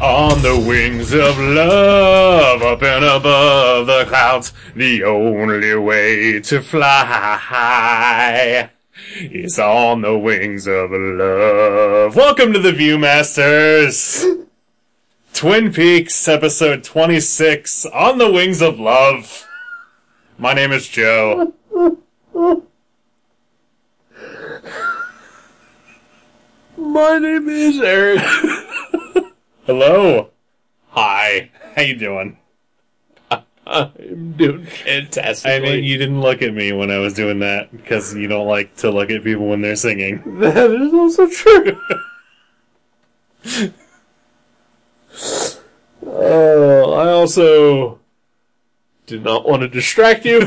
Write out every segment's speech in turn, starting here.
On the wings of love, up and above the clouds, the only way to fly is on the wings of love. Welcome to the Viewmasters! Twin Peaks, episode 26, On the Wings of Love. My name is Joe. My name is Eric. Hello. Hi. How you doing? I'm doing fantastic. I mean, you didn't look at me when I was doing that because you don't like to look at people when they're singing. that is also true. Uh, oh, I also did not want to distract you.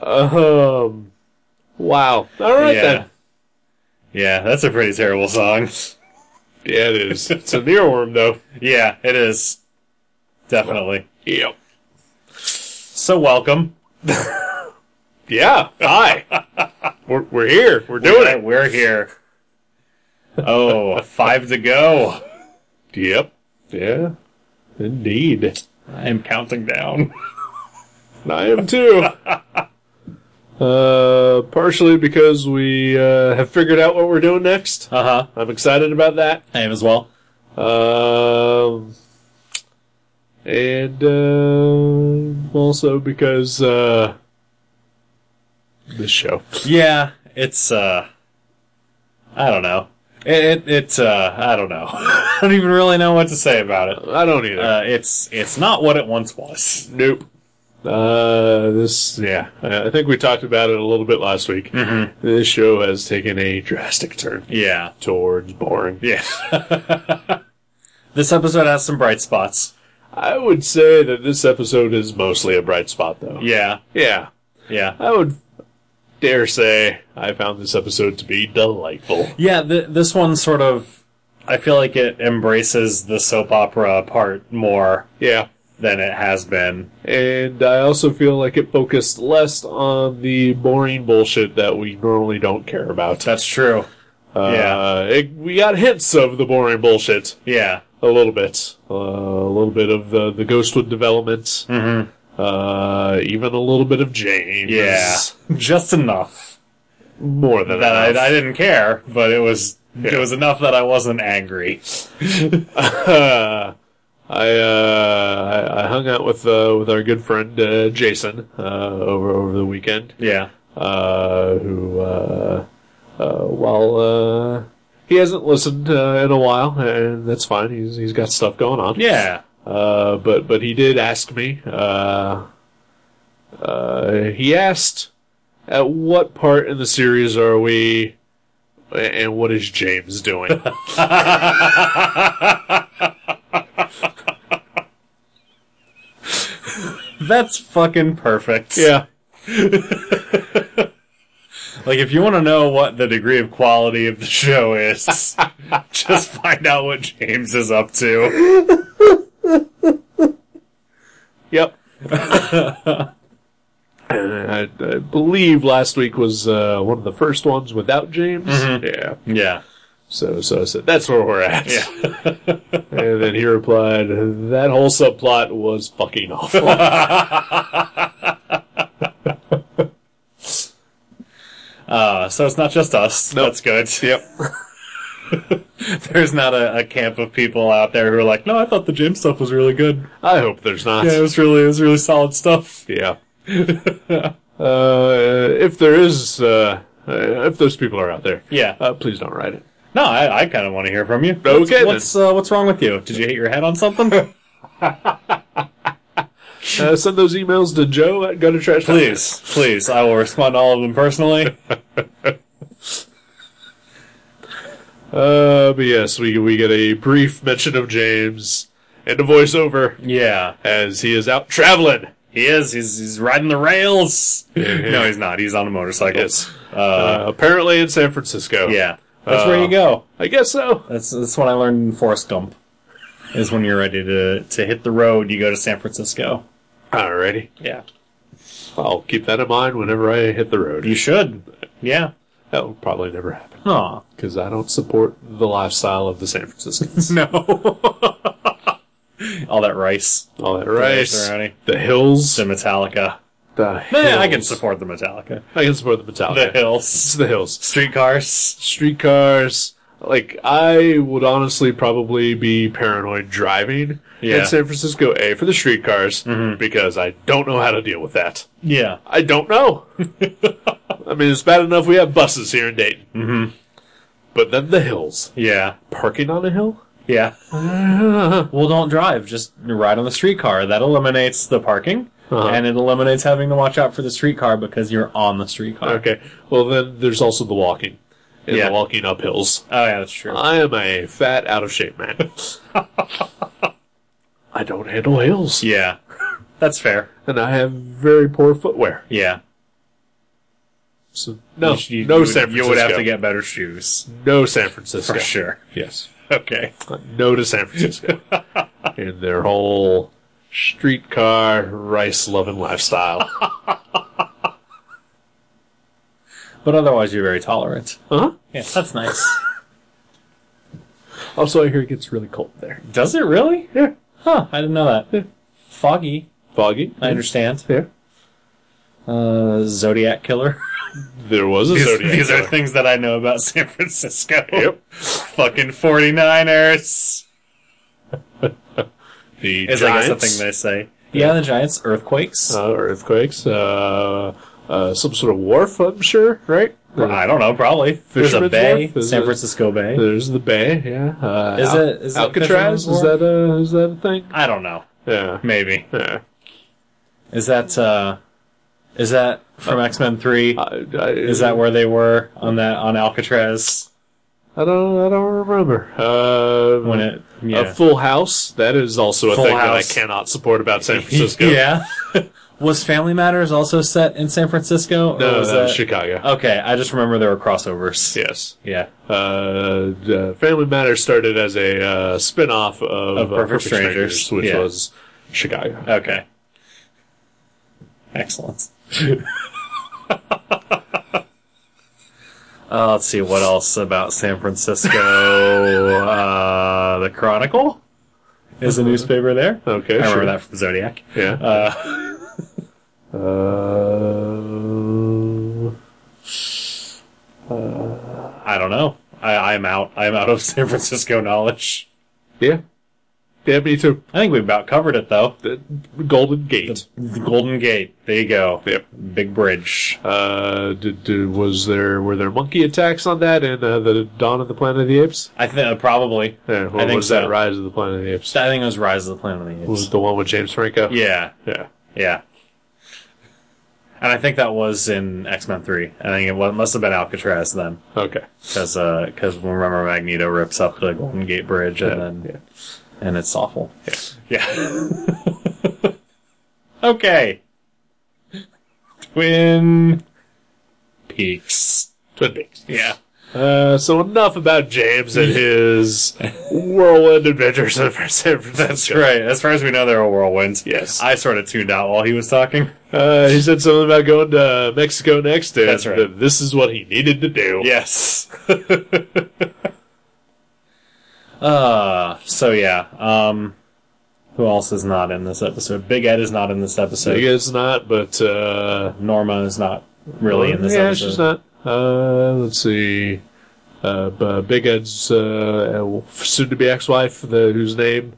um, wow. All right yeah. then. Yeah, that's a pretty terrible song. Yeah, it is. It's an earworm, though. yeah, it is. Definitely. Yep. So welcome. Yeah. Hi. we're, we're here. We're doing We're- We're here. Oh, five to go. it. Yep. Yeah. Indeed. I am counting down. I am too. uh, partially because we uh, have figured out what we're doing next. Uh huh. I'm excited about that. I am as well. Um, and uh, also because uh, this show. Yeah, it's uh, I don't know. It it, it uh, I don't know. I don't even really know what to say about it. I don't either. Uh, it's it's not what it once was. nope. Uh, this, yeah, I I think we talked about it a little bit last week. Mm-hmm. This show has taken a drastic turn Yeah, towards boring. yeah. this episode has some bright spots. I would say that this episode is mostly a bright spot, though. Yeah, Yeah, yeah. I would dare say I found this episode to be delightful. Yeah, th- this one sort of, I feel like it embraces the soap opera part more Yeah. than it has been. And I also feel like it focused less on the boring bullshit that we normally don't care about. That's true. Uh, yeah. it- we got hints of the boring bullshit Yeah, a little bit, uh, a little bit of uh, the the Ghostwood development, mm-hmm. uh, even a little bit of James. yeah. Just enough more than that enough. I, I didn't care, but it was it was enough that I wasn't angry. Uh, I, uh, I I hung out with uh, with our good friend uh, Jason uh, over over the weekend, Yeah, uh, who uh, uh, while uh, he hasn't listened uh, in a while, and that's fine. He's he's got stuff going on. yeah, Uh, but but he did ask me. Uh, uh, he asked, "At what part in the series are we?" And what is James doing? that's fucking perfect. yeah. Like if you want to know what the degree of quality of the show is, just find out what James is up to. Yep. And I, I believe last week was uh, one of the first ones without James. Mm-hmm. Yeah. Yeah, So so I said that's where we're at. yeah. And then he replied, "That whole subplot was fucking awful." Uh, so it's not just us. That's good. yep. There's not a, a camp of people out there who are like, no, I thought the gym stuff was really good. I hope there's not. Yeah, it was really, it was really solid stuff. Yeah. uh, if there is, uh, uh, if those people are out there, Yeah. uh, please don't write it. No, I, I kind of want to hear from you. Okay, then. What's, what's, uh, what's wrong with you? Did you hit your head on something? Uh, send those emails to Joe at Gutter Trash. please, please. I will respond to all of them personally. Uh, but yes, we we get a brief mention of James and a voiceover Yeah. as he is out traveling. He is. He's, he's riding the rails. no, he's not. He's on a motorcycle. Yes. Uh, Uh, apparently in San Francisco. yeah. That's where Uh, you go. I guess so. That's, that's what I learned in Forrest Gump. Is when you're ready to, to hit the road, you go to San Francisco. Alrighty. Yeah. I'll keep that in mind whenever I hit the road. You should. Yeah. That will probably never happen. Huh. Because I don't support the lifestyle of the San Franciscans. No. All that rice. All that rice, Macaroni. the hills, The Metallica. the Eh, I can hills. support the Metallica. I can support the Metallica. The hills. It's the hills. Streetcars. streetcars. Like I would honestly probably be paranoid driving Yeah. in San Francisco. A for the streetcars because I don't know how to deal with that. Yeah. I don't know. I mean, it's bad enough we have buses here in Dayton, mm-hmm. but then the hills. Yeah. Parking on a hill. Yeah. Well, don't drive. Just ride on the streetcar. That eliminates the parking, Uh-huh. and it eliminates having to watch out for the streetcar because you're on the streetcar. okay. Well, then there's also the walking. And Yeah. the walking up hills. Oh yeah, that's true. I am a fat, out of shape man. I don't handle hills, yeah, that's fair. and I have very poor footwear. Yeah. So, no, You- you, no you would- San Francisco. You would have to get better shoes no San Francisco. for sure. Yes, Okay. no to San Francisco and their whole streetcar rice loving lifestyle. But otherwise, you're very tolerant. huh? Yeah, that's nice. Also, I hear it gets really cold there. Does it really? Yeah, Huh? I didn't know that. Foggy. foggy. I understand. Yeah, Uh, Zodiac killer. there was a These, zodiac. these are killer. things that I know about San Francisco. Yep. Fucking 49ers. The Is I guess giants, the thing they say. Yeah, the Giants, earthquakes. uh, earthquakes, uh, uh, some sort of wharf. I'm sure, right? Uh, I don't know, probably. There's a Fisherman's bay, Wharf? Is San it- Francisco Bay. There's the bay. Yeah. Uh, Is Al- it- is it Alcatraz? Fisherman's is that a is that a thing? I don't know. Yeah. Maybe Yeah. is that uh, is that Uh, from X Men Three? I, I, Is that where they were on that on Alcatraz I don't. I don't remember. Uh, when it? Yeah. A Full House. That is also a Full thing House. that I cannot support about San Francisco. yeah. was Family Matters also set in San Francisco? Or No, was that that- Oh. was Chicago. Okay, I just remember there were crossovers. Yes. Yeah. Uh, uh, Family Matters started as a uh, spin off of, Of uh, Perfect Strangers, which yeah. was Chicago. Okay. Excellent. uh, let's see what else about San Francisco. uh, the Chronicle is a newspaper there. Okay, I remember sure. that from Zodiac. Yeah. Uh, Uh, I don't know. I, I'm out. I'm out of San Francisco knowledge. yeah. Yeah, me too. I think we've about covered it though. The Golden Gate. The Golden Gate. There you go. Yep. Big bridge. Uh, did, did, was there were there monkey attacks on that in uh, the Dawn of the Planet of the Apes? I think probably. Yeah, what I think was so. that Rise of the Planet of the Apes? I think it was Rise of the Planet of the was Apes. it the one with James Franco? Yeah. Yeah. Yeah. And I think that was in X Men 3. I think it wa- must have been Alcatraz then. Okay. Because remember, Magneto rips up the Golden Gate Bridge and then. And it's awful. Yeah. okay. Twin Peaks. Twin Peaks. Yeah. Uh, so enough about James and his whirlwind adventures in San Francisco. That's right. As far as we know, there are whirlwinds. Yes. I sort of tuned out while he was talking. Uh, he said something about going to Mexico next, and That's right. that this is what he needed to do. Yes. uh so yeah. Um who else is not in this episode? Big Ed is not in this episode. I guess not, but uh, Norma is not really in this yeah, episode. she's not. Uh, let's see. Uh, but Big Ed's uh, soon-to-be ex-wife, the, whose name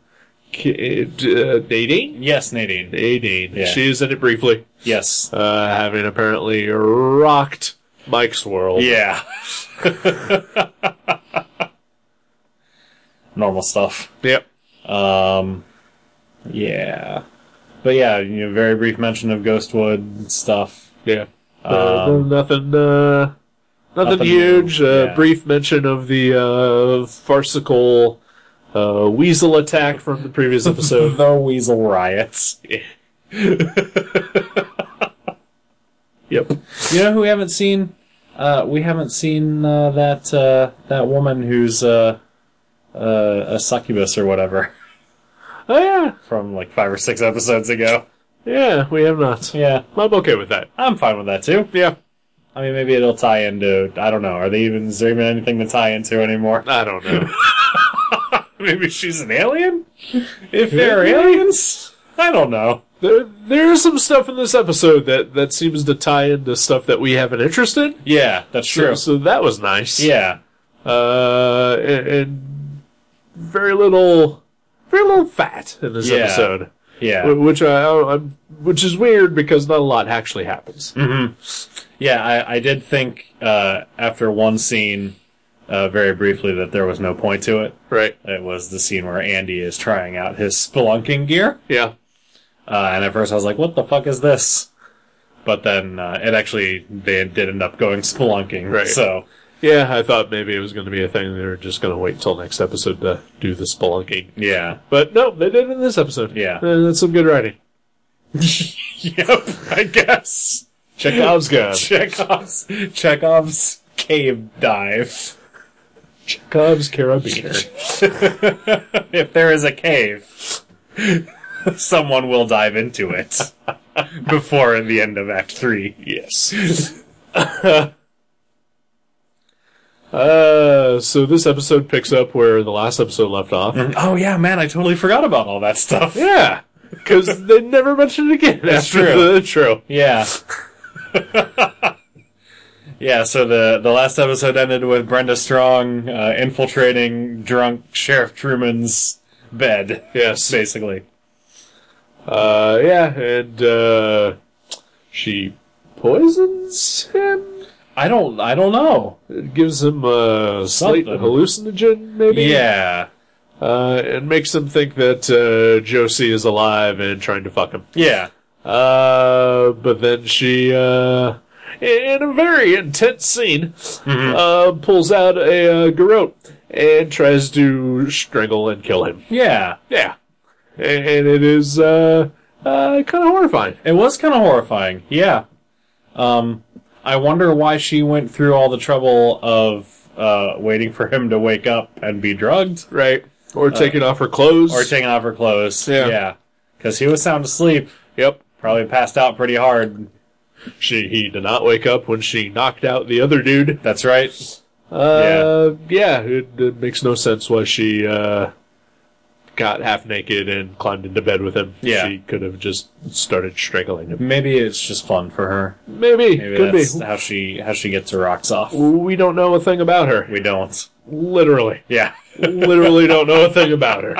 K- uh, Nadine. Yes, Nadine. Nadine. Yeah. She is in it briefly, Yes. uh, having apparently rocked Mike's world. Yeah. Normal stuff. Yep. Um yeah. But yeah, you know, very brief mention of Ghostwood stuff. Yeah. Uh, nothing. Uh, nothing, nothing huge. new, Uh, yeah. Brief mention of the uh, farcical uh, weasel attack from the previous episode. The Weasel Riots. yep. You know who we haven't seen? Uh, we haven't seen uh, that uh, that woman who's uh, uh, a succubus or whatever Oh yeah. from like five or six episodes ago. Yeah. We have not. Yeah, I'm okay with that. I'm fine with that too. Yeah. I mean, maybe it'll tie into. I don't know. Are they even? Is there even anything to tie into anymore? I don't know. maybe she's an alien. If they're Maybe. aliens, I don't know. there, there's some stuff in this episode that that seems to tie into stuff that we have an interest in. Yeah, that's true. So, so that was nice. Yeah, Uh, and, and very little, very little fat in this Yeah. episode, yeah, wh- which I, I, I'm- which is weird because not a lot actually happens. Mm-hmm. yeah. I, I did think uh, after one scene, uh, very briefly, that there was no point to it. Right. It was the scene where Andy is trying out his spelunking gear. Yeah. Uh, and at first I was like, what the fuck is this? But then uh, it actually, they did end up going spelunking. Right. So, Yeah, I thought maybe it was going to be a thing. They were just going to wait till next episode to do the spelunking. yeah. But no, they did it in this episode. Yeah. Uh, that's some good writing. Yep, I guess. Chekhov's gun. Chekhov's, Chekhov's cave dive. Chekhov's carabiner. If there is a cave, someone will dive into it before the end of Act 3. yes. uh, so this episode picks up where the last episode left off. Oh, yeah, man, I totally forgot about all that stuff. Yeah, because they never mentioned it again after true. the intro. Yeah. yeah, so the, the last episode ended with Brenda Strong uh, infiltrating drunk Sheriff Truman's bed, Yes. basically. Uh, yeah, and uh, she poisons him. I don't I don't know. It gives him a slight Something. hallucinogen, maybe. Yeah. Uh, and makes him think that uh, Josie is alive and trying to fuck him. Yeah. Uh, but then she, uh, in a very intense scene, Mm-hmm. uh, pulls out a uh, garrote and tries to strangle and kill him. Yeah. Yeah. A- And it is uh, uh, kind of horrifying. It was kind of horrifying. Yeah. Um I wonder why she went through all the trouble of uh, waiting for him to wake up and be drugged Right. Or taking off her clothes. Uh, or taking off her clothes. Yeah. Yeah. Cuz he was sound asleep, yep. probably passed out pretty hard. She he did not wake up when she knocked out the other dude. That's right. Uh, yeah, it, it makes no sense why she uh, got half naked and climbed into bed with him. Yeah. She could have just started strangling him. Maybe it's just fun for her. Maybe, Maybe could be. that's how she how she gets her rocks off. We don't know a thing about her. We don't. Literally. Yeah. literally don't know a thing about her.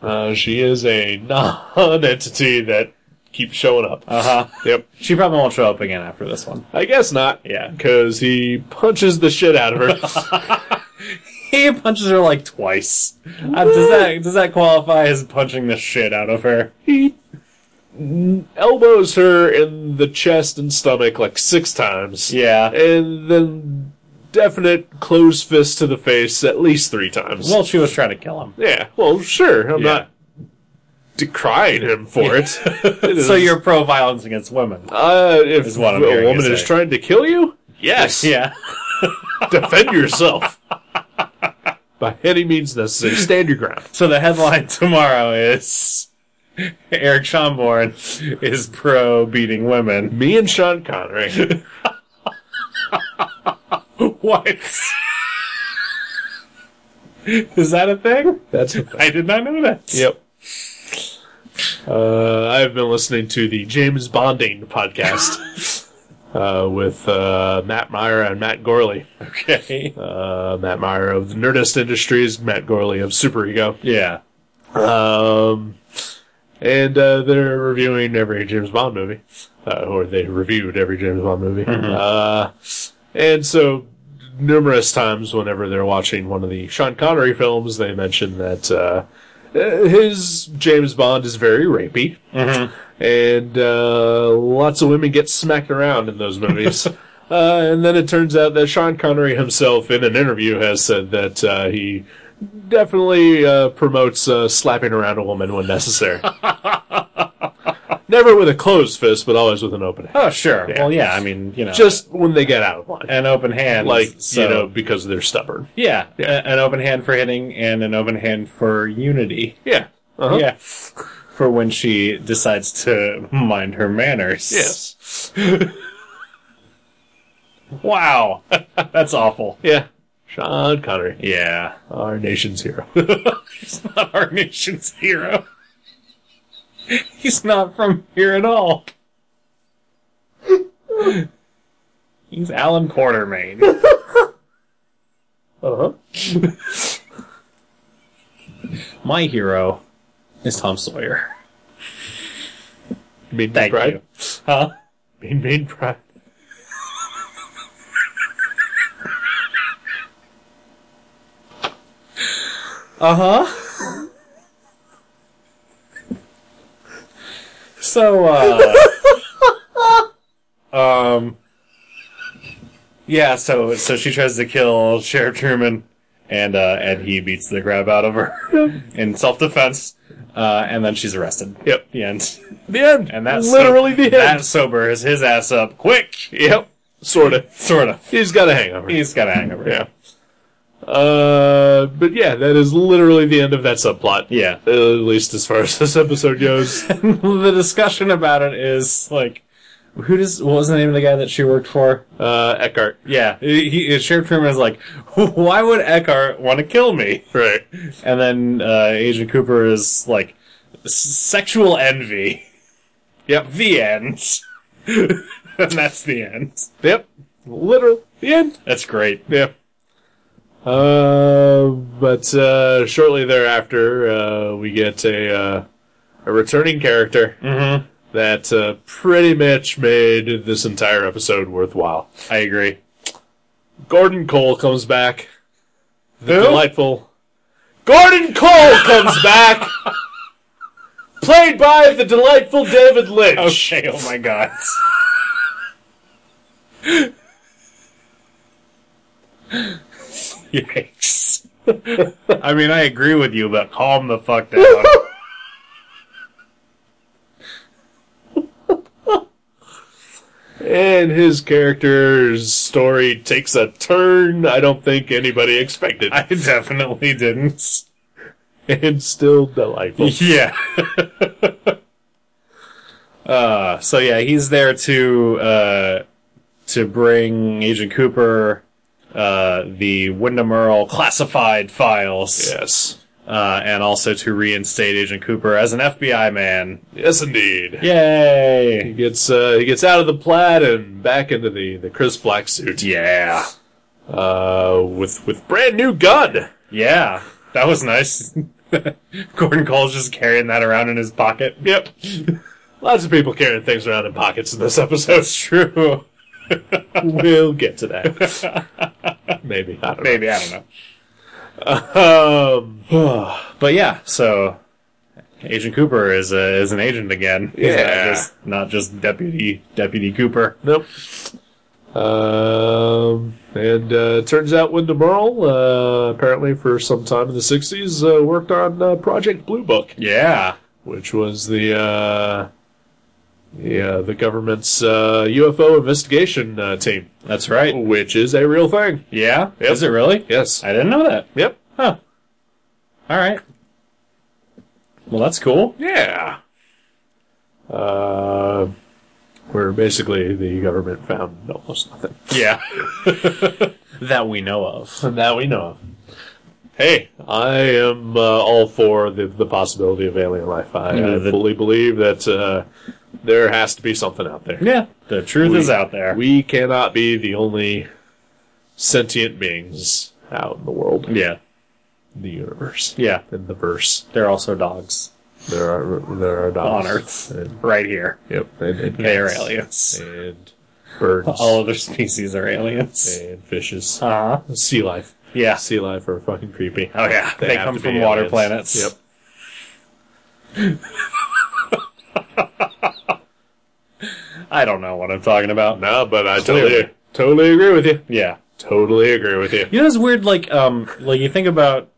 Uh, she is a non-entity that keeps showing up. Uh huh. Yep. She probably won't show up again after this one. I guess not. Yeah. Because he punches the shit out of her. He punches her like twice. Uh, does that does that qualify as punching the shit out of her? he n- elbows her in the chest and stomach like six times. Yeah. And then definite closed fist to the face at least three times. Well, she was trying to kill him. yeah. Well, sure. I'm Yeah. not decrying him for it. It So is- you're pro violence against women. Uh, if Is what I'm hearing a you woman is say. trying to kill you, yes, Yeah. defend yourself by any means necessary. Stand your ground. So the headline tomorrow is Eric Schomborn is pro beating women. Me and Sean Connery. What? is that a thing? That's the thing. I did not know that. yep. Uh, I've been listening to the James Bonding podcast uh, with uh, Matt Meyer and Matt Gorley. Okay. Uh, Matt Meyer of the Nerdist Industries, Matt Gorley of Superego. yeah. Um, and uh, they're reviewing every James Bond movie, uh, or they reviewed every James Bond movie. Uh, and so, numerous times whenever they're watching one of the Sean Connery films, they mention that uh, uh, his James Bond is very rapey, and uh, lots of women get smacked around in those movies. Uh, and then it turns out that Sean Connery himself, in an interview, has said that uh, he definitely uh, promotes uh, slapping around a woman when necessary. Never with a closed fist, but always with an open hand. Oh, sure. Well, yeah. I mean, you know, Just when they get out of line. an open hand, Like, so- you know, because they're stubborn. yeah, a- an open hand for hitting and an open hand for unity. Yeah. Uh-huh. Yeah, for when she decides to mind her manners. Yes. Wow. That's awful. Yeah. Sean Connery, Yeah. our nation's hero. He's not our nation's hero. He's not from here at all. He's Alan Quartermain. Uh-huh. My hero is Tom Sawyer. Mean Thank pride. you. Huh? Mean mean pride. Uh huh. So, uh. um. Yeah, so so she tries to kill Sheriff Truman, and uh, and he beats the crap out of her in self defense, uh, and then she's arrested. Yep. The end. The end. And that's literally the end. That sobers his ass up quick. Yep. Sorta. Sort of. He's got a hangover. He's got a hangover. yeah. Uh, but yeah, that is literally the end of that subplot. Yeah. At least as far as this episode goes. the discussion about it is like, who does? What was the name of the guy that she worked for? uh, Eckhart. Yeah, he, he- Sheriff Truman is like, why would Eckhart want to kill me? Right. And then uh, Agent Cooper is like, "S- sexual envy. Yep. The end. and that's the end. Yep. Literally. The end. That's great. Yeah. Uh, but uh, shortly thereafter, uh, we get a uh, a returning character Mm-hmm. that uh, pretty much made this entire episode worthwhile. I agree. Gordon Cole comes back. The Who? delightful Gordon Cole comes back, played by the delightful David Lynch. Okay, oh my god. Yikes. I mean, I agree with you, but calm the fuck down. And his character's story takes a turn I don't think anybody expected. I definitely didn't. and still delightful. Yeah. uh, so yeah, he's there to uh, to bring Agent Cooper uh, the Wyndham Earl classified files, Yes. uh, and also to reinstate Agent Cooper as an FBI man. Yes, indeed. He Yay! gets uh, he gets out of the plaid and back into the, the Chris Black suit. Yeah, Uh, with with brand new gun. yeah, that was nice. Gordon Cole's just carrying that around in his pocket. Yep. Lots of people carrying things around in pockets in this episode. That's true. we'll get to that. Maybe I don't Maybe I don't know. know. Um, But yeah, so Agent Cooper is a, is an agent again. He's Yeah. not just, not just deputy deputy Cooper. nope. Um, and uh, it turns out Wyndham Earl, uh, apparently for some time in the '60s, uh, worked on uh, Project Blue Book. Yeah, which was the uh, the, uh, the government's uh, UFO investigation uh, team, that's right. which is a real thing. Yeah, Yep. is it really? Yes. I didn't know that. Yep. Huh. All right. Well, that's cool. Yeah. Uh, where basically the government found almost nothing Yeah, that we know of. that we know of. Hey, I am uh, all for the, the possibility of alien life. I, Yeah, I the- fully believe that uh, there has to be something out there. Yeah, the truth We- is out there. We cannot be the only sentient beings out in the world, yeah, the universe, yeah. in the verse. They're also dogs There are there are dogs on Earth, and- right here. yep, and, and They are aliens. cats and birds All other species are aliens. and fishes. Uh huh. Sea life, Yeah. sea life are fucking creepy. Oh yeah, they, have come to from be water aliens. planets. Yep. I don't know what I'm talking about. No, but I Clearly. totally totally agree with you. Yeah. Totally agree with you. You know, it's weird. Like, um, like you think about,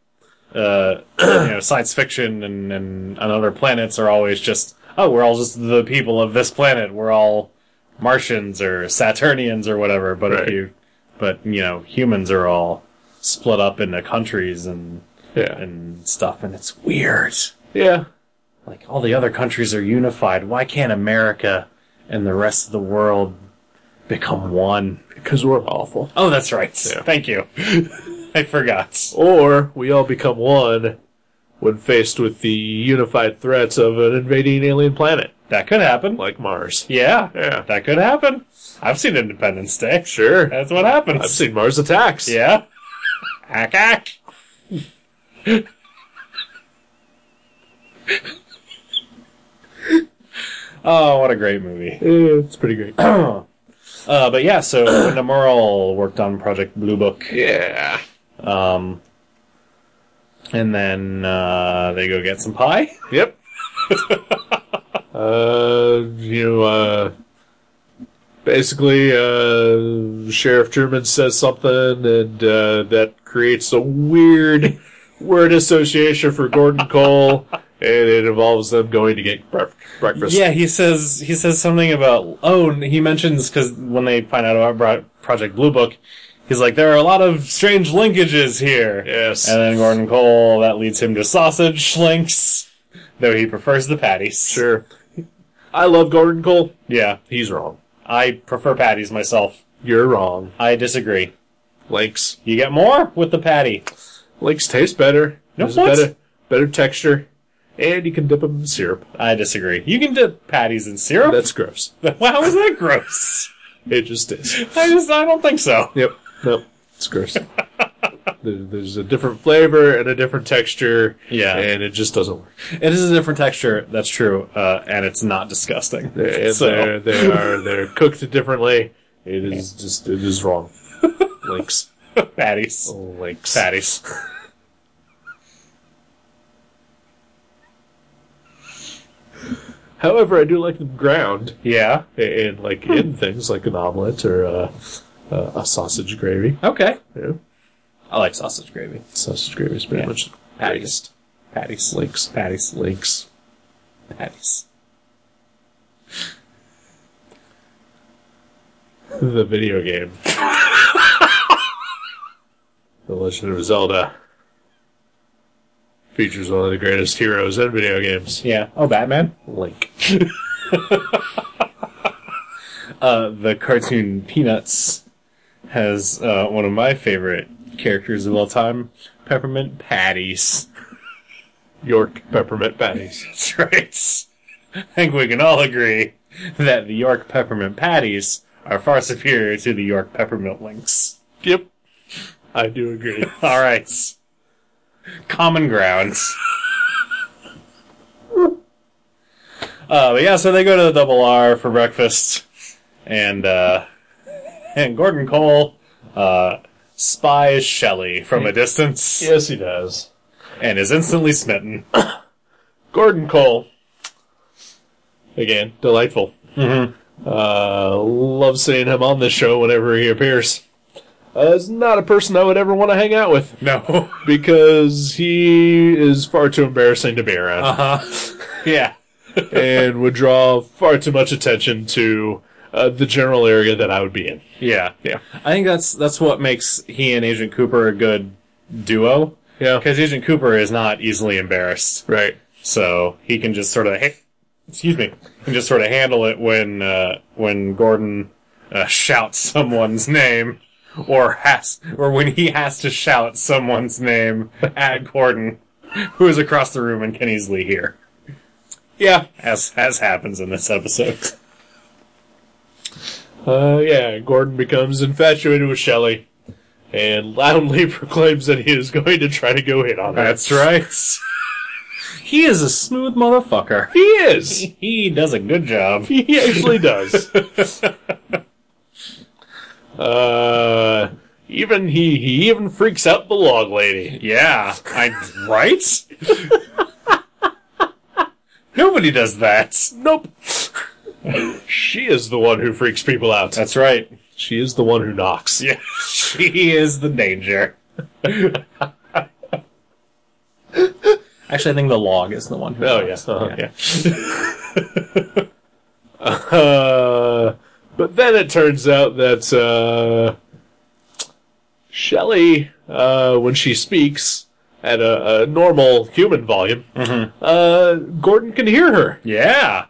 uh, you know, science fiction and and on other planets are always just, oh, we're all just the people of this planet. We're all Martians or Saturnians or whatever. But if Right. you, but you know, humans are all split up into countries and Yeah. and stuff, and it's weird. Yeah. Like all the other countries are unified. Why can't America and the rest of the world become one because we're awful. Oh, that's right. Yeah. Thank you. I forgot. Or we all become one when faced with the unified threats of an invading alien planet That could happen. like Mars. Yeah, Yeah. that could happen. I've seen Independence Day. Sure. That's what happens. I've seen Mars attacks. Yeah. Hack hack. oh, what a great movie. Eh, It's pretty great. Uh, but yeah, so Linda Merle worked on Project Blue Book. yeah. Um, and then uh, they go get some pie. Yep. uh, you know, uh, basically, uh, Sheriff Truman says something, and uh, that creates a weird word association for Gordon Cole, and it involves them going to get bref- breakfast. Yeah, he says he says something about oh he mentions because when they find out about Bro- Project Blue Book, he's like there are a lot of strange linkages here. Yes. And then Gordon Cole that leads him to sausage links, though he prefers the patties. Sure. I love Gordon Cole. Yeah, He's wrong. I prefer patties myself. You're wrong. I disagree. Links. You get more with the patty. Links taste better. No, There's what? better, better texture, and you can dip them in syrup. I disagree. You can dip patties in syrup. That's gross. How is that gross? It just is. I just I don't think so. Yep. Nope. It's gross. there, there's a different flavor and a different texture. Yeah. And it just doesn't work. It is a different texture. That's true, uh, and it's not disgusting. And So- they're, they are they're cooked differently. It is just it is wrong. Links. patties. Links. Patties. However, I do like them ground Yeah. and like Hmm. in things like an omelet or a, a, a sausage gravy. Okay. Yeah. I like sausage gravy. Sausage gravy is pretty Yeah. much the Patties. greatest. Patties. Links. Patties. Links. Patties. The video game. the Legend of Zelda features one of the greatest heroes in video games, Yeah. Oh, Batman. Link. Uh, the cartoon Peanuts has uh, one of my favorite characters of all time, Peppermint Patties. York peppermint patties. That's right. I think we can all agree that the York Peppermint Patties are far superior to the York Peppermint Links. Yep. I do agree. All right. Common grounds. uh, but yeah, so they go to the Double R for breakfast, and uh, and Gordon Cole uh, spies Shelley from a distance yes, he does. and is instantly smitten. Gordon Cole. Again, delightful. Mm-hmm. Uh, love seeing him on this show whenever he appears. Uh, is not a person I would ever want to hang out with No, because he is far too embarrassing to be around. Uh-huh. yeah, and would draw far too much attention to uh, the general area that I would be in. yeah, Yeah. I think that's that's what makes he and Agent Cooper a good duo Yeah. because Agent Cooper is not easily embarrassed. Right. so he can just sort of ha- excuse me can just sort of handle it when uh, when Gordon uh, shouts someone's name or has or when he has to shout someone's name at Gordon who is across the room and can easily hear Yeah. as as happens in this episode Uh, yeah. Gordon becomes infatuated with Shelley and loudly proclaims that he is going to try to go hit on her. right he is a smooth motherfucker he is. he does a good job He actually does. uh, even he he even freaks out the log lady. yeah I right nobody does that Nope. she is the one who freaks people out. that's right She is the one who knocks. Yeah, she is the danger. Actually, I think the log is the one. Who Oh yeah, knows. uh-huh, yeah. uh, but then it turns out that uh, Shelley, uh, when she speaks at a, a normal Mm-hmm. human volume, uh, Gordon can hear her, yeah,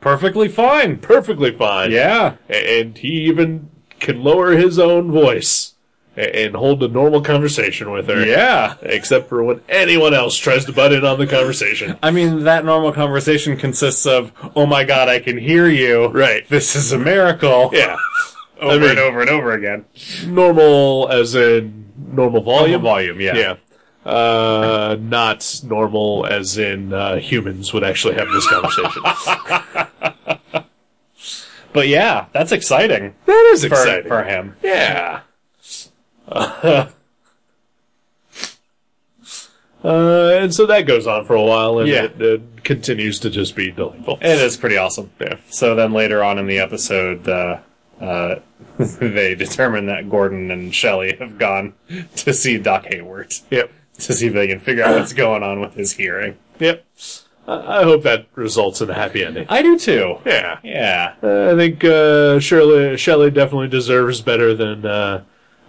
perfectly fine. perfectly fine. Yeah. A- And he even can lower his own voice a- and hold a normal conversation with her. Yeah. Except for when anyone else tries to butt in on the conversation. I mean, that normal conversation consists of, oh my god, I can hear you. Right. This is a miracle. Yeah. Over mean- and over and over again. Normal as in normal volume. volume, yeah. Yeah. Uh, not normal as in uh, humans would actually have this conversation. But yeah, that's exciting. that is For, exciting. for him. Yeah. Uh, and so that goes on for a while, and Yeah. it, it continues to just be delightful. It is pretty awesome. Yeah. So then later on in the episode, uh, uh, they determine that Gordon and Shelley have gone to see Doc Hayward Yep. to see if they can figure out what's going on with his hearing. Yep. I I hope that results in a happy ending. I do too. Yeah. Yeah. Uh, I think uh, Shirley Shelley definitely deserves better than uh,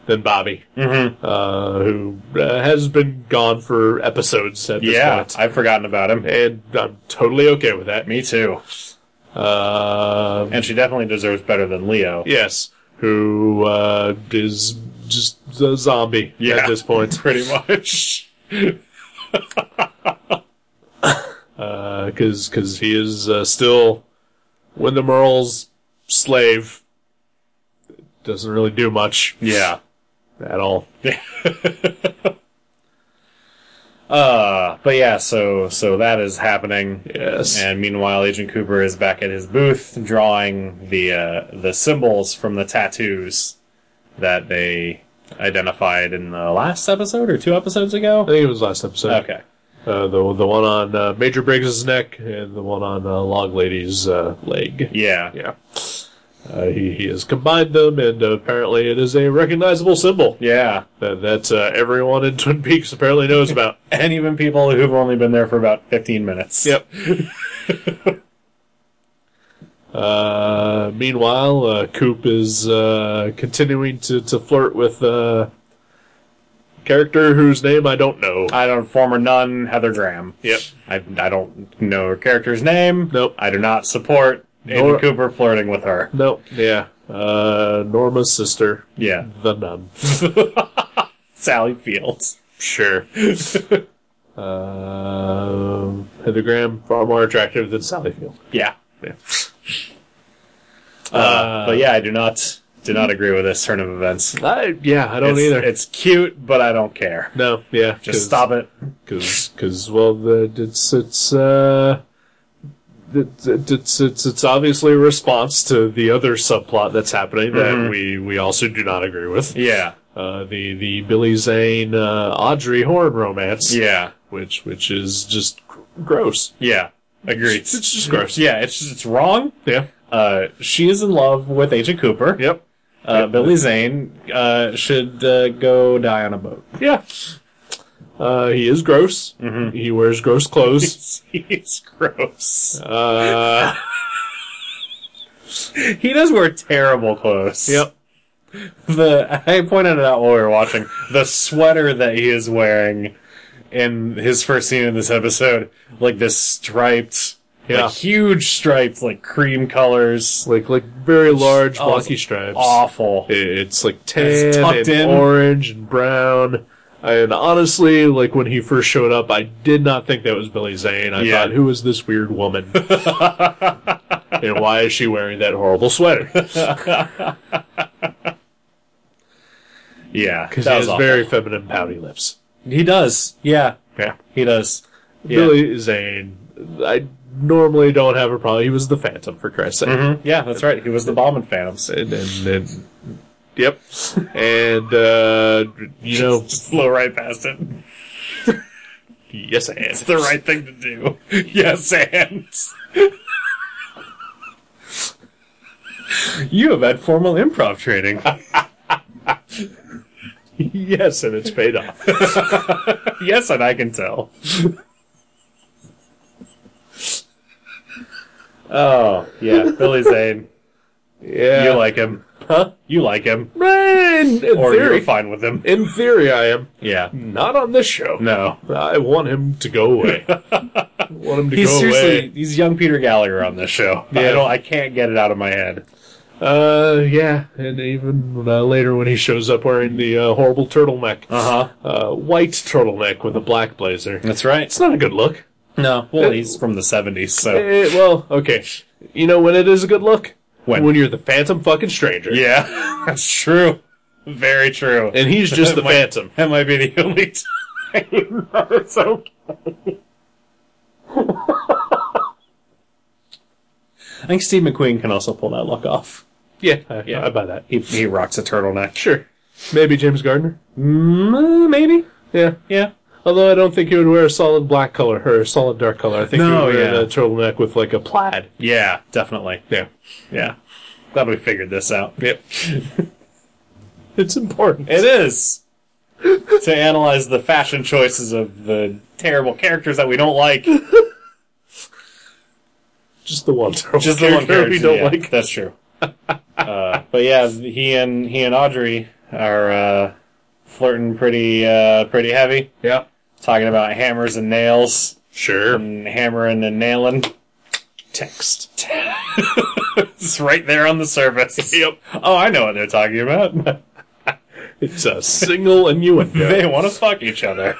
than Bobby, mm-hmm. uh, who uh, has been gone for episodes at this Yeah. point, I've forgotten about him. and I'm totally okay with that. Me too. Um, And she definitely deserves better than Leo. Yes, who uh, is just a zombie Yeah. at this point Pretty much. because because uh, he is uh, still Wyndham Earl's slave. Doesn't really do much Yeah. at all. Uh, but yeah, so, so that is happening. Yes, And meanwhile, Agent Cooper is back at his booth drawing the uh, the symbols from the tattoos that they identified in the last episode or two episodes I ago. think it was last episode. Okay, Uh, the the one on uh, Major Briggs's neck and the one on uh, Log Lady's uh, leg. yeah, yeah, Yeah. Uh, he, he has combined them, and uh, apparently it is a recognizable symbol that, that uh, everyone in Twin Peaks apparently knows about. and even people who've only been there for about fifteen minutes. Yep. uh, meanwhile, uh, Coop is uh, continuing to, to flirt with uh, character whose name I don't know. I don't former nun Heather Graham. Yep. I I don't know her character's name. Nope. I do not support Agent Nor- Cooper flirting with her. No. Yeah. Uh, Norma's sister, Yeah, the nun. Sally Fields. Sure. Uh, Um Heather Graham far more attractive than Sally Field. Yeah. Yeah. Uh, but yeah, I do not do not agree with this turn of events. uh, I, yeah, I don't it's, either. It's cute, but I don't care. no, yeah, Just 'cause- stop it. Cause, cause, well, the, it's, it's, uh, it, it, it's, it's, it's obviously a response to the other subplot that's happening that we, we also do not agree with. Yeah, Uh, the, the Billy Zane, uh, Audrey Horn romance. yeah, Which, which is just gr- gross. yeah. Agreed. It's, it's just gross. Yeah, it's just, it's wrong. Yeah. Uh, she is in love with Agent Cooper. Yep. Uh, Billy Zane uh, should uh, go die on a boat. Yeah. Uh, he is gross. Mm-hmm. He wears gross clothes. He's gross. uh, He does wear terrible clothes. yep. The I pointed it out while we were watching the sweater that he is wearing in his first scene in this episode, like this striped, Yeah. like huge stripes, like cream colors. Like, like very large, Oh, blocky stripes. Awful. It- It's like tan It's tucked in. and orange and brown. And honestly, like when he first showed up, I did not think that was Billy Zane. I Yeah. thought, who is this weird woman? and why is she wearing that horrible sweater? Because Yeah, he has very feminine pouty lips. He does. Yeah, Yeah. he does. Yeah. Billy Zane, I normally don't have a problem. He was the Phantom, for Christ's sake. Yeah, that's right. He was the bomb in Phantoms. And, and, and, yep. and, uh, you know, Just flow right past it. yes, I am. It's the right thing to do. Yes, and you have had formal improv training. yes, and it's paid off. yes, and I can tell. oh yeah, Billy Zane. Yeah. You like him? Huh? You like him. Man, in Or you're theory, fine with him. in theory, I am. Yeah. Not on this show. No. I want him to go away. I want him to He's go seriously away. he's young Peter Gallagher on this show. I Yeah. don't I can't get it out of my head. Uh, yeah, and even uh, later when he shows up wearing the uh, horrible turtleneck, Uh-huh. uh, white turtleneck with a black blazer. That's right. It's not a good look. No. Well he's from the seventies, so Eh, well, okay. You know when it is a good look? When? you're the phantom fucking stranger. Yeah. That's true. Very true. And he's just the Might- phantom. That might be the only time that it's okay. I think Steve McQueen can also pull that look off. Yeah, I, yeah. I buy that. He, he rocks a turtleneck. Sure. Maybe James Gardner? Mm, uh, maybe. Yeah. Yeah. Although I don't think he would wear a solid black color or a solid dark color. I think No, he would wear yeah. a turtleneck with like a plaid. Yeah, definitely. Yeah. Yeah. Glad we figured this out. Yep. it's important. It is to analyze the fashion choices of the terrible characters that we don't like. just the one turtle. Just the one character we don't yeah, like. That's true. uh, but yeah, he and he and Audrey are uh, flirting pretty uh, pretty heavy, Yeah. talking about hammers and nails, Sure. and hammering and nailing. Text. It's right there on the surface. Yep. Oh, I know what they're talking about. It's a single innuendo. They want to fuck each other.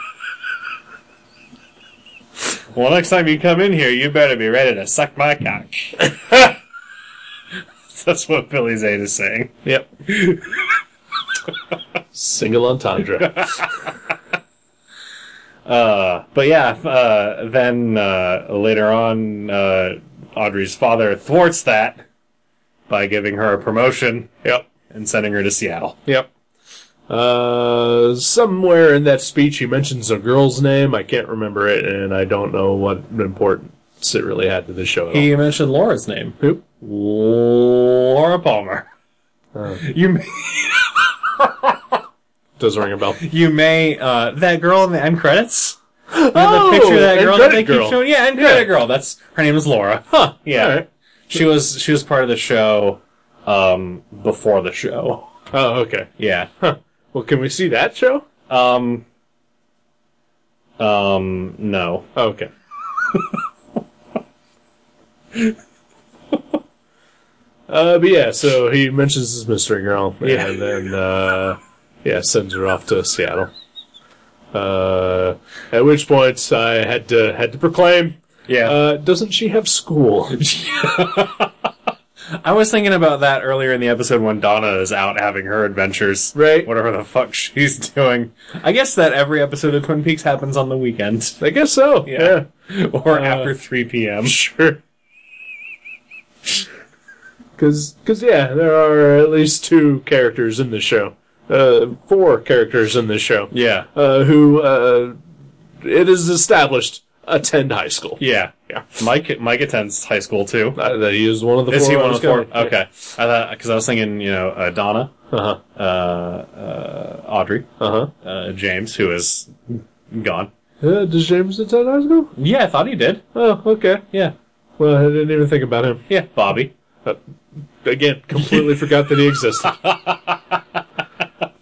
well, next time you come in here, you better be ready to suck my cock. That's what Billy Zane is saying. Yep. Single entendre. Uh, but yeah, uh, then uh, later on, uh, Audrey's father thwarts that by giving her a promotion Yep. and sending her to Seattle. Yep. Uh, somewhere in that speech, he mentions a girl's name. I can't remember it, and I don't know what importance it really had to the show. At all. mentioned Laura's name. Who? Laura Palmer. Oh. You may, Doesn't ring a bell. you may, uh, that girl in the end credits? Oh, the picture of that and girl that Credit they keep Girl. showing. Yeah, and credit girl. That's her name is Laura. Huh. Yeah, All right. she was she was part of the show um, before the show. Oh, okay. Yeah. Huh. Well, can we see that show? Um. Um. No. Oh, okay. uh, but yeah, so he mentions this mystery girl, Yeah. and then uh, yeah, sends her off to Seattle. Uh, at which point I had to had to proclaim, Yeah. uh, doesn't she have school? I was thinking about that earlier in the episode when Donna is out having her adventures. Right. Whatever the fuck she's doing. I guess that every episode of Twin Peaks happens on the weekend I guess so. Yeah. Yeah, or after 3 p.m. sure. Because yeah, there are at least two characters in the show, uh, four characters in this show. Yeah. uh, who uh, it is established attend high school. Yeah. Yeah. Mike Mike attends high school too. Uh, that he is one of the Is four. he on one of the this four? guy. Okay, I thought because I was thinking, you know, uh, Donna, Uh-huh. Audrey, Uh-huh. uh, James, who is gone. Uh, does James attend high school? Yeah, I thought he did. Oh, okay. Yeah, Well, I didn't even think about him. yeah, Bobby. Again, completely forgot that he existed.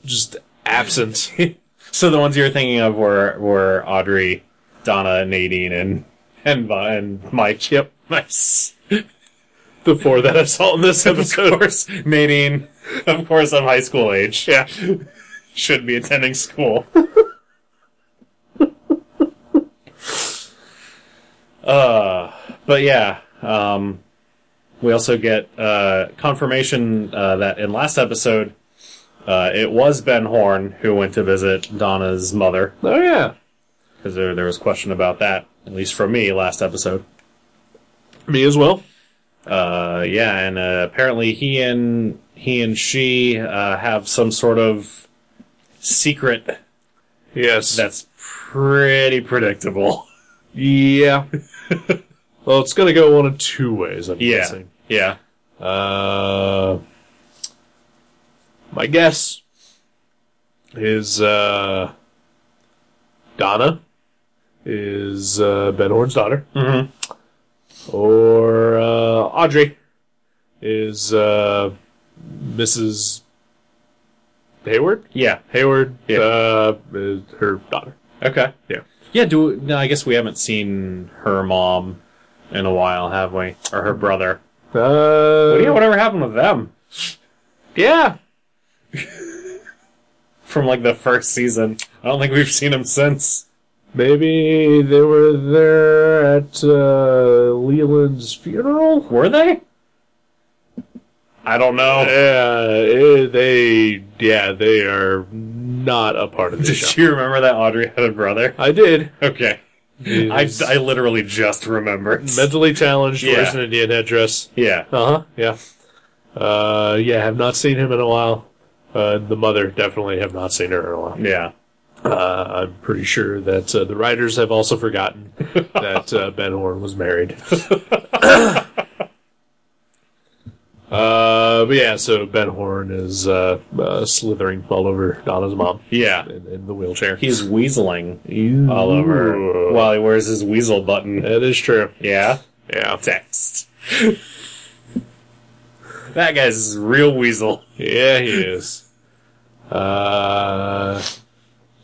Just absent. So the ones you were thinking of were were Audrey, Donna, Nadine, and and Bo- and Mike. Yep. Nice. The four that I saw in this Of episode. course, Nadine. Of course, I'm high school age. Yeah. Should be attending school. uh, but yeah, um, we also get uh, confirmation uh, that in last episode, uh, it was Ben Horn who went to visit Donna's mother Oh yeah. because there, there was question about that, at least from me last episode. Me as well. Uh, yeah, and uh, apparently he and he and she uh, have some sort of secret Yes. that's pretty predictable. yeah. well, it's gonna go one of two ways. I'm Yeah. guessing. Yeah. Uh, my guess is uh, Donna is uh, Ben Horn's daughter, Mm-hmm. or uh, Audrey is uh, Mrs. Hayward. Yeah. Hayward, Yeah. uh, is her daughter. Okay. Yeah. Yeah. Do no. I guess we haven't seen her mom in a while, have we? Or her brother? Uh, yeah. Whatever happened with them yeah. from like the first season? I don't think we've seen them since. Maybe they were there at uh, Leland's funeral. Were they? I don't know. Yeah, eh, they yeah they are not a part of the Did show. you remember that Audrey had a brother? I did. Okay. I, He's I literally just remembered. mentally challenged. Yeah. Uh-huh. Wears an Indian headdress. yeah. Uh huh. Yeah. Uh yeah. Have not seen him in a while. Uh, the mother definitely have not seen her in a while. Yeah. Uh, I'm pretty sure that uh, the writers have also forgotten that uh, Ben Horn was married. uh, but yeah, so Ben Horn is uh, uh, slithering all over Donna's mom Yeah. in, in the wheelchair. He's weaseling all over while he wears his weasel button. That is true. Yeah. Yeah. Text. that guy's real weasel. Yeah, he is. Uh,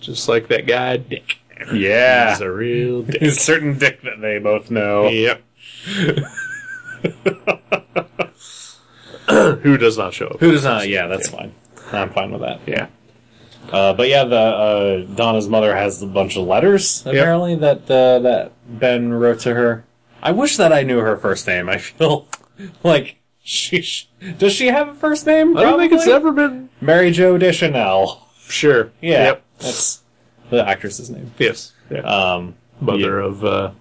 just like that guy, Dick. Yeah. He's a real dick. He's a certain dick that they both know. Yep. Who does not show up? Who does not? Yeah, that's fine. I'm fine with that. Yeah. Uh, but yeah, the uh, Donna's mother has a bunch of letters apparently that uh, that Ben wrote to her. I wish that I knew her first name. I feel like she sh- does she have a first name? I don't think it's Probably? ever been. Mary Jo Deschanel. Sure. Yeah, Yep. that's the actress's name. Yes. Yeah. Um, Mother of uh,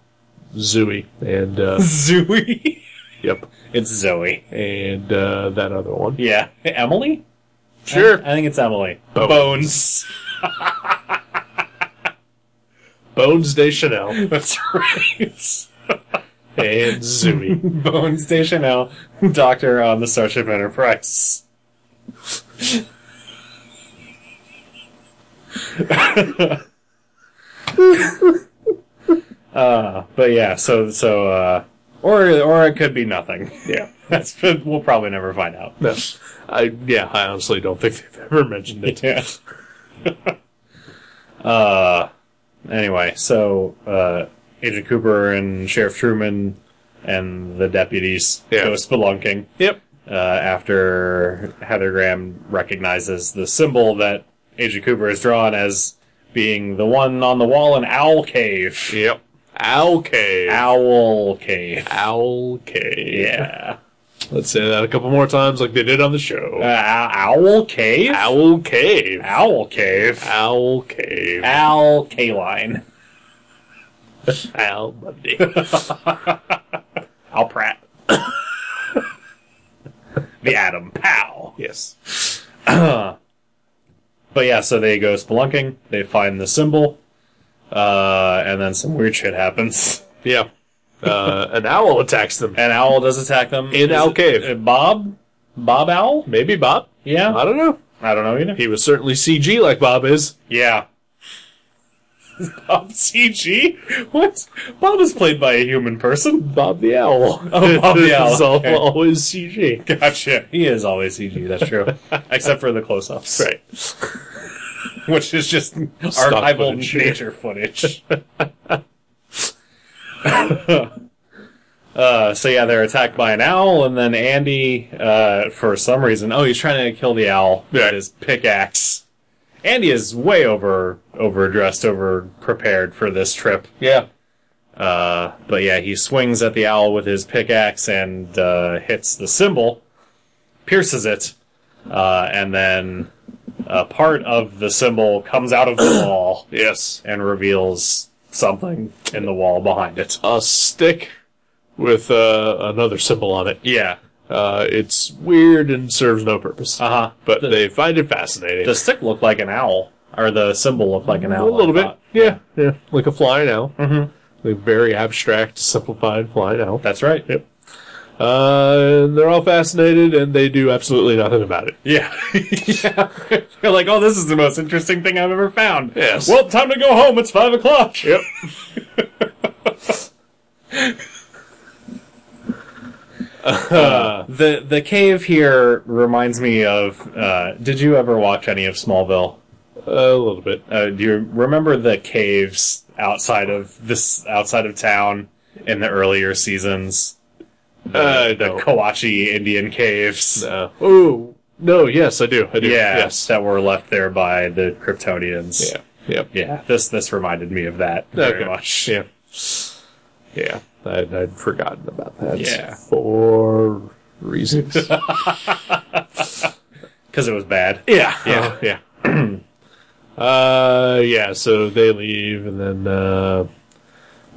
Zooey and uh, Zoe. yep, it's Zoe. and uh, that other one. Yeah, Emily. Sure. I think it's Emily. Bones. Bones. Bones Deschanel That's right. and Zooey. Bones Deschanel, doctor on the Starship Enterprise. uh, but yeah, so so uh, or or it could be nothing. yeah. That's but we'll probably never find out. No. I yeah. I honestly don't think they've ever mentioned it. Yeah. uh, anyway, so uh, Agent Cooper and Sheriff Truman and the deputies Yeah. go spelunking Yep. uh, after Heather Graham recognizes the symbol that Agent Cooper has drawn as being the one on the wall in Owl Cave. Yep. Owl cave. Owl Cave. Owl cave. Yeah. Let's say that a couple more times, like they did on the show. Uh, owl Cave? Owl cave. Owl Cave. Owl cave. Owl K-Line. Owl Monday. Al Pratt. the Adam Pow. yes. But yeah, so they go spelunking, they find the symbol, uh, and then some weird shit happens. Yeah. Uh, an owl attacks them. And Owl does attack them. In Is Owl it- Cave. uh, Bob? Bob Owl? Maybe Bob. Yeah. I don't know. I don't know either. He was certainly CG like Bob is. Yeah. Is Bob CG? What? Bob is played by a human person. Bob the Owl. Oh, Bob the Owl. It's al- Okay. always CG. Gotcha. He is always CG, that's true. Except for the close ups. Right. which is just Stock archival footage. nature footage. uh, so yeah, they're attacked by an owl, and then Andy, uh, for some reason, oh, he's trying to kill the owl Yeah. with his pickaxe. Andy is way over overdressed, over prepared for this trip. Yeah. Uh, but yeah, he swings at the owl with his pickaxe and uh, hits the symbol, pierces it, uh, and then a part of the symbol comes out of the wall Yes. and reveals something in the wall behind it. A stick with uh, another symbol on it. Yeah. Uh, it's weird and serves no purpose. Uh huh. But they find it fascinating. The stick looked like an owl, or the symbol looked like an a owl. little I bit. thought. Yeah. Yeah. Like a flying owl. Mm-hmm. Like very abstract, simplified flying owl. That's right. Yep. Uh, and they're all fascinated, and they do absolutely nothing about it. Yeah. yeah. They're like, oh, this is the most interesting thing I've ever found. Yes. Well, time to go home. It's five o'clock. Yep. the the cave here reminds me of. Uh, did you ever watch any of Smallville? a little bit. Uh, do you remember the caves outside of this outside of town in the earlier seasons? The, Uh, the no. Kawachi Indian caves. Uh, oh no, yes, I do. I do. Yeah, Yes. that were left there by the Kryptonians. Yeah. Yep. Yeah, this this reminded me of that very Okay. much. Yeah. Yeah. I'd, I'd forgotten about that. Yeah. For reasons. because it was bad. yeah. Yeah. Yeah. uh, yeah. So they leave, and then uh,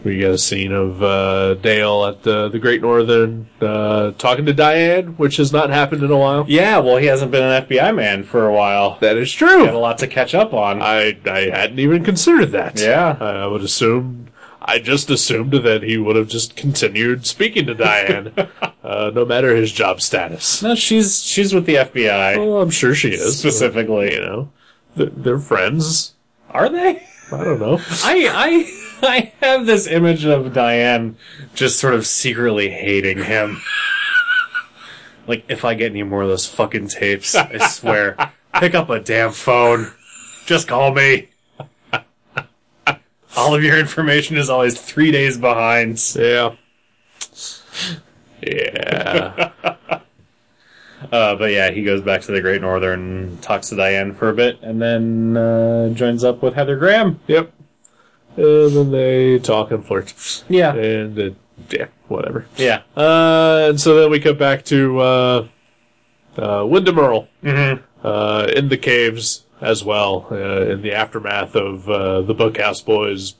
we get a scene of uh, Dale at the, the Great Northern uh, talking to Diane, which has not happened in a while. Yeah, well, he hasn't been an FBI man for a while. That is true. Got a lot to catch up on. I I hadn't even considered that. Yeah. I, I would assume. I just assumed that he would have just continued speaking to Diane, uh, no matter his job status. no, she's she's with the FBI Well, I'm sure she is. specifically. You know, they're, they're friends. Are they? I don't know. I I I have this image of Diane just sort of secretly hating him. like if I get any more of those fucking tapes, I swear, pick up a damn phone. Just call me. All of your information is always three days behind. Yeah. Yeah. Uh, but yeah, he goes back to the Great Northern, talks to Diane for a bit, and then uh, joins up with Heather Graham. yep. And then they talk and flirt. Yeah, And it, yeah, whatever. yeah. Uh, and so then we come back to uh, uh, Wyndham Earl Mm-hmm. uh, in the caves as well, uh, in the aftermath of uh, the Bookhouse Boys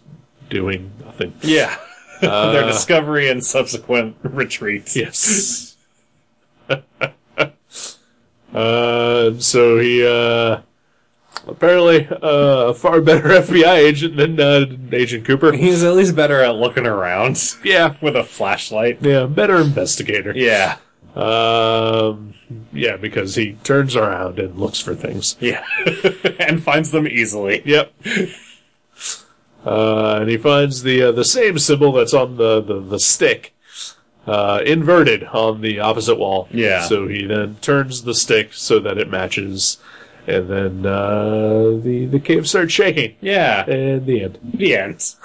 doing nothing. Uh, Yeah. Their discovery and subsequent retreat. Yes. uh, so he uh, apparently uh, a far better FBI agent than uh, Agent Cooper. He's at least better at looking around Yeah. with a flashlight. Yeah, better investigator. Yeah. Um, yeah, because he turns around and looks for things. Yeah. and finds them easily. Yep. Uh, and he finds the uh, the same symbol that's on the the, the stick, uh, inverted on the opposite wall. Yeah. So he then turns the stick so that it matches, and then uh, the the cave starts shaking. Yeah. And the end. The end.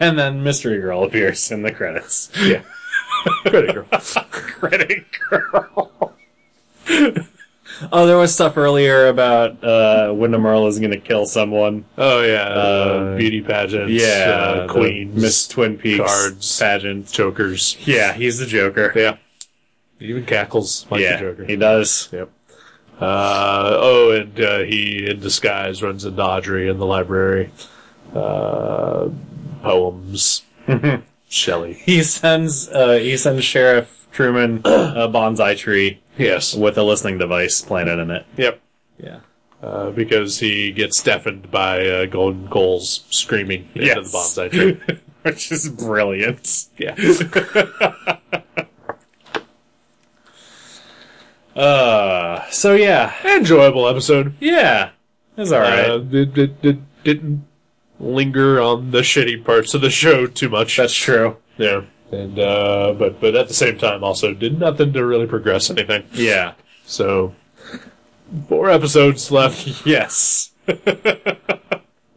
And then Mystery Girl appears in the credits. Yeah. Credit girl. Credit Girl. oh, there was stuff earlier about uh, Wyndham Earl is going to kill someone. Oh yeah. Uh, Uh, beauty pageants. Uh, the queens. Miss Twin Peaks cards. pageant. Jokers. Yeah, he's the Joker. Yeah. Even cackles like yeah, the Joker. he does. Yep. Uh, oh, and uh, he, in disguise, runs into Audrey in the library. Uh, poems. Shelley. He sends uh, he sends Sheriff Truman a bonsai tree Yes. with a listening device planted in it. Yep. Yeah. Uh, because he gets deafened by uh, Golden Cole's screaming into the Yes. bonsai tree. Which is brilliant. Yeah. Uh so yeah. Enjoyable episode. Yeah. It's alright. Uh, it, it, it didn't linger on the shitty parts of the show too much. That's true. yeah. And uh, but but at the same time, also did nothing to really progress anything. Yeah. So, four episodes left. Yes.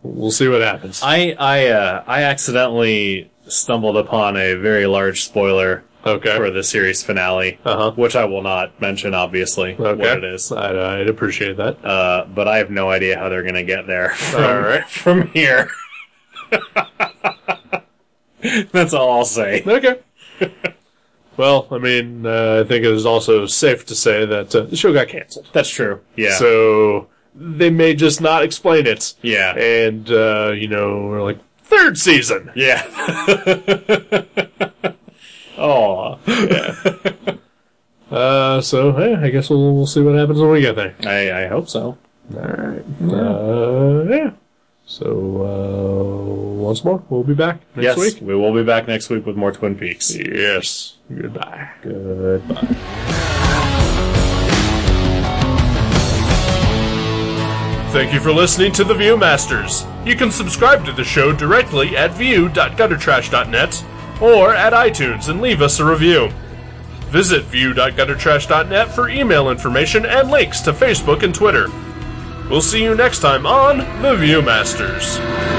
We'll see what happens. I I uh I accidentally stumbled upon a very large spoiler for Okay. the series finale. Uh-huh. Which I will not mention obviously Okay. what it is. I'd, I'd appreciate that. Uh but I have no idea how they're gonna get there from, All right. from here. That's all I'll say. Okay. well, I mean, uh, I think it is also safe to say that uh, the show got canceled. That's true. Yeah. So they may just not explain it. yeah. And uh, you know, we're like third season. Yeah. oh, Uh, so yeah, I guess we'll we'll see what happens when we get there. I, I hope so. All right. Uh, yeah. So uh, once more, we'll be back next yes, week. we will be back next week with more Twin Peaks. Yes. Goodbye. Goodbye. Thank you for listening to The Viewmasters. You can subscribe to the show directly at view.guttertrash.net or at iTunes and leave us a review. Visit view.guttertrash.net for email information and links to Facebook and Twitter. We'll see you next time on The Viewmasters.